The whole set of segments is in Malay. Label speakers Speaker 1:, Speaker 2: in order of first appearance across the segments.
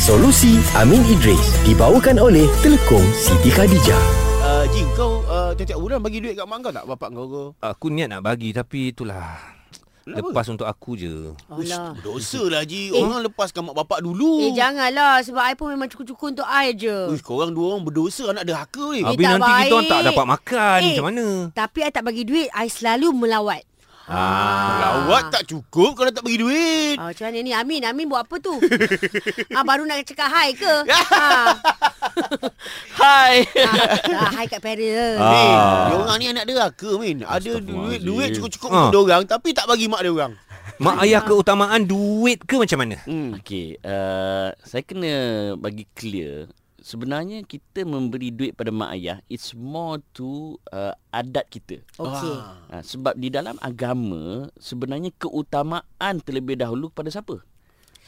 Speaker 1: Solusi Amin Idris dibawakan oleh Telekom Siti Khadijah.
Speaker 2: Uh, Jing, kau uh, tiap-tiap bulan bagi duit kat mak kau tak? Bapak kau kau?
Speaker 3: Aku niat nak bagi tapi itulah
Speaker 2: Kenapa?
Speaker 3: Lepas untuk aku je
Speaker 2: Alah.
Speaker 4: Alah.
Speaker 2: Dosa lah Ji. Orang lepaskan mak bapak dulu.
Speaker 4: Eh janganlah sebab I pun memang cukup-cukup untuk I je.
Speaker 2: Uish, korang dua orang berdosa anak derhaka weh.
Speaker 4: Ah.
Speaker 3: Habis
Speaker 4: tak
Speaker 3: nanti kita
Speaker 4: baik.
Speaker 3: orang tak dapat makan
Speaker 4: Eh.
Speaker 3: Macam mana
Speaker 4: Tapi I tak bagi duit, I selalu melawat.
Speaker 3: ah.
Speaker 2: Lawat tak cukup kalau tak bagi duit.
Speaker 4: Ah, macam mana ni? Amin, Amin buat apa tu? ah, baru nak cakap hai ke?
Speaker 3: Ah.
Speaker 4: ha.
Speaker 2: Hai.
Speaker 4: Ah, hai kat parents.
Speaker 3: Ah.
Speaker 2: Min, dia orang ni anak derhaka Min. Ada duit
Speaker 3: Astaghfirullahaladzim.
Speaker 2: duit cukup-cukup
Speaker 3: Ah.
Speaker 2: untuk dia orang tapi tak bagi mak dia orang.
Speaker 3: Mak ayah keutamaan duit ke macam mana
Speaker 2: Hmm.
Speaker 5: Okey, uh, saya kena bagi clear. Sebenarnya kita memberi duit pada mak ayah it's more to uh, adat kita.
Speaker 4: Okey.
Speaker 5: Uh, sebab di dalam agama sebenarnya keutamaan terlebih dahulu kepada siapa?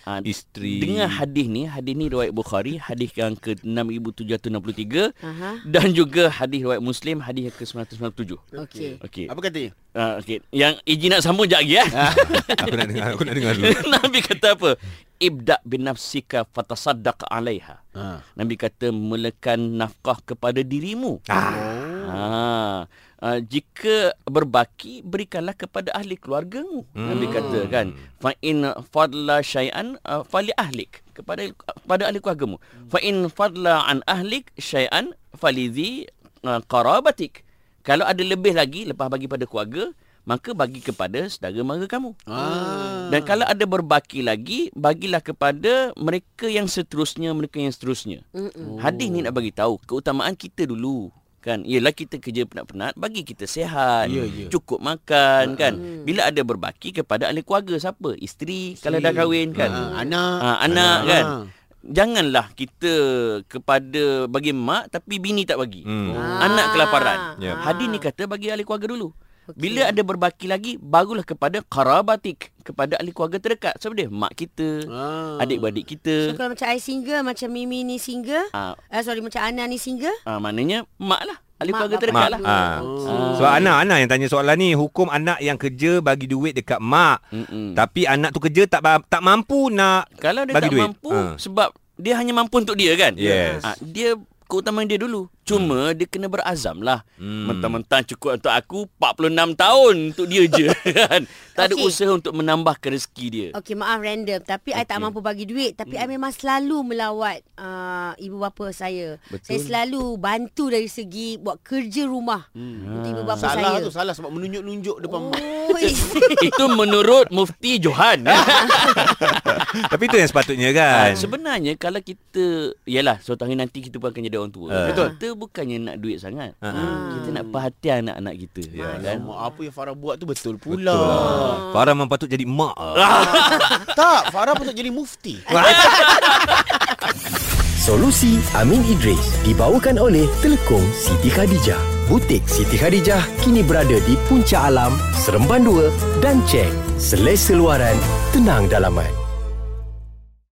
Speaker 5: Uh,
Speaker 3: Isteri
Speaker 5: Dengar hadis ni, hadis ni riwayat Bukhari, hadis yang ke-6763
Speaker 4: Aha.
Speaker 5: dan juga hadis riwayat Muslim, hadis yang ke-997.
Speaker 4: Okey.
Speaker 5: Okey.
Speaker 2: Apa kata dia?
Speaker 5: Uh, okey. Yang izin nak sambung jap lagi eh.
Speaker 3: Aku nak dengar Aku nak dengar dulu
Speaker 5: Nabi kata apa? Ibda bin nafsika fatasaddaq alaiha.
Speaker 2: Ha.
Speaker 5: Nabi kata melekan nafkah kepada dirimu.
Speaker 3: ah.
Speaker 5: Ha. Uh, jika berbaki berikanlah kepada ahli keluargamu. Hmm. Nabi kata kan, fa in fadla syai'an uh, fali ahlik kepada kepada ahli keluargamu. Fa in fadla an ahlik syai'an fali dhi uh, qarabatik. Kalau ada lebih lagi lepas bagi pada keluarga, maka bagi kepada saudara mara kamu.
Speaker 2: Ah.
Speaker 5: Dan kalau ada berbaki lagi, bagilah kepada mereka yang seterusnya, mereka yang seterusnya.
Speaker 4: Mm-mm.
Speaker 5: Oh. Hadis ni nak bagi tahu keutamaan kita dulu kan ialah kita kerja penat-penat bagi kita sihat
Speaker 2: Ya, ya.
Speaker 5: cukup makan kan bila ada berbaki kepada ahli keluarga siapa isteri kalau dah kahwin kan
Speaker 2: Ha, anak.
Speaker 5: ha, anak
Speaker 2: Ha.
Speaker 5: kan janganlah kita kepada bagi mak tapi bini tak bagi Oh.
Speaker 3: Hmm.
Speaker 5: anak kelaparan
Speaker 3: Yep.
Speaker 5: hadis ni kata bagi ahli keluarga dulu bila ada berbaki lagi barulah kepada qarabatik kepada ahli keluarga terdekat siapa dia mak kita
Speaker 2: Ah.
Speaker 5: adik-beradik
Speaker 4: So
Speaker 5: kita
Speaker 4: kalau macam I single, macam Mimi ni single,
Speaker 5: ah,
Speaker 4: ah, sorry macam Ana ni single,
Speaker 5: ah, maknanya mak lah
Speaker 4: Mak,
Speaker 5: ahli keluarga
Speaker 4: bapak
Speaker 5: terdekat
Speaker 4: dulu.
Speaker 5: lah
Speaker 3: ah.
Speaker 4: Okey.
Speaker 3: Sebab anak-anak yang tanya soalan ni Hukum anak yang kerja Bagi duit dekat mak
Speaker 5: Mm-mm.
Speaker 3: Tapi anak tu kerja Tak ba- tak mampu nak
Speaker 5: Kalau dia
Speaker 3: Bagi
Speaker 5: tak
Speaker 3: duit.
Speaker 5: mampu
Speaker 3: Ha.
Speaker 5: sebab dia hanya mampu untuk dia kan.
Speaker 3: Yes.
Speaker 5: Ha, dia keutamaan dia dulu. Cuma dia kena berazam lah.
Speaker 3: Hmm.
Speaker 5: Mentang-mentang cukup untuk aku 46 tahun untuk dia je kan. Tak ada
Speaker 4: Okey.
Speaker 5: usaha untuk menambahkan rezeki dia.
Speaker 4: Okey maaf random Tapi okay. I tak mampu bagi duit Tapi hmm. I memang selalu melawat uh, Ibu bapa saya
Speaker 5: Betul.
Speaker 4: Saya selalu bantu dari segi Buat kerja rumah hmm. Untuk ibu bapa
Speaker 2: Ah. Salah
Speaker 4: saya
Speaker 2: tu, salah sebab menunjuk-nunjuk depan mak.
Speaker 4: Oh, is-
Speaker 5: Itu menurut Mufti Johan. ya.
Speaker 3: Tapi itu yang sepatutnya kan
Speaker 5: Ha, sebenarnya kalau kita Yalah suatu hari nanti kita pun akan jadi orang tua
Speaker 3: Ah.
Speaker 5: Betul Kita bukannya nak duit sangat
Speaker 3: Ah.
Speaker 5: Kita nak perhatian anak-anak kita
Speaker 3: Ya.
Speaker 5: kan?
Speaker 2: Mak, apa yang Farah buat tu betul
Speaker 3: Betul
Speaker 2: pula.
Speaker 3: lah. Farah memang patut jadi mak
Speaker 2: tak, Farah patut jadi mufti.
Speaker 1: Solusi Amin Idris dibawakan oleh Telekom Siti Khadijah. Butik Siti Khadijah kini berada di Puncak Alam, Seremban 2 dan Cheng. Selesa luaran, tenang dalaman.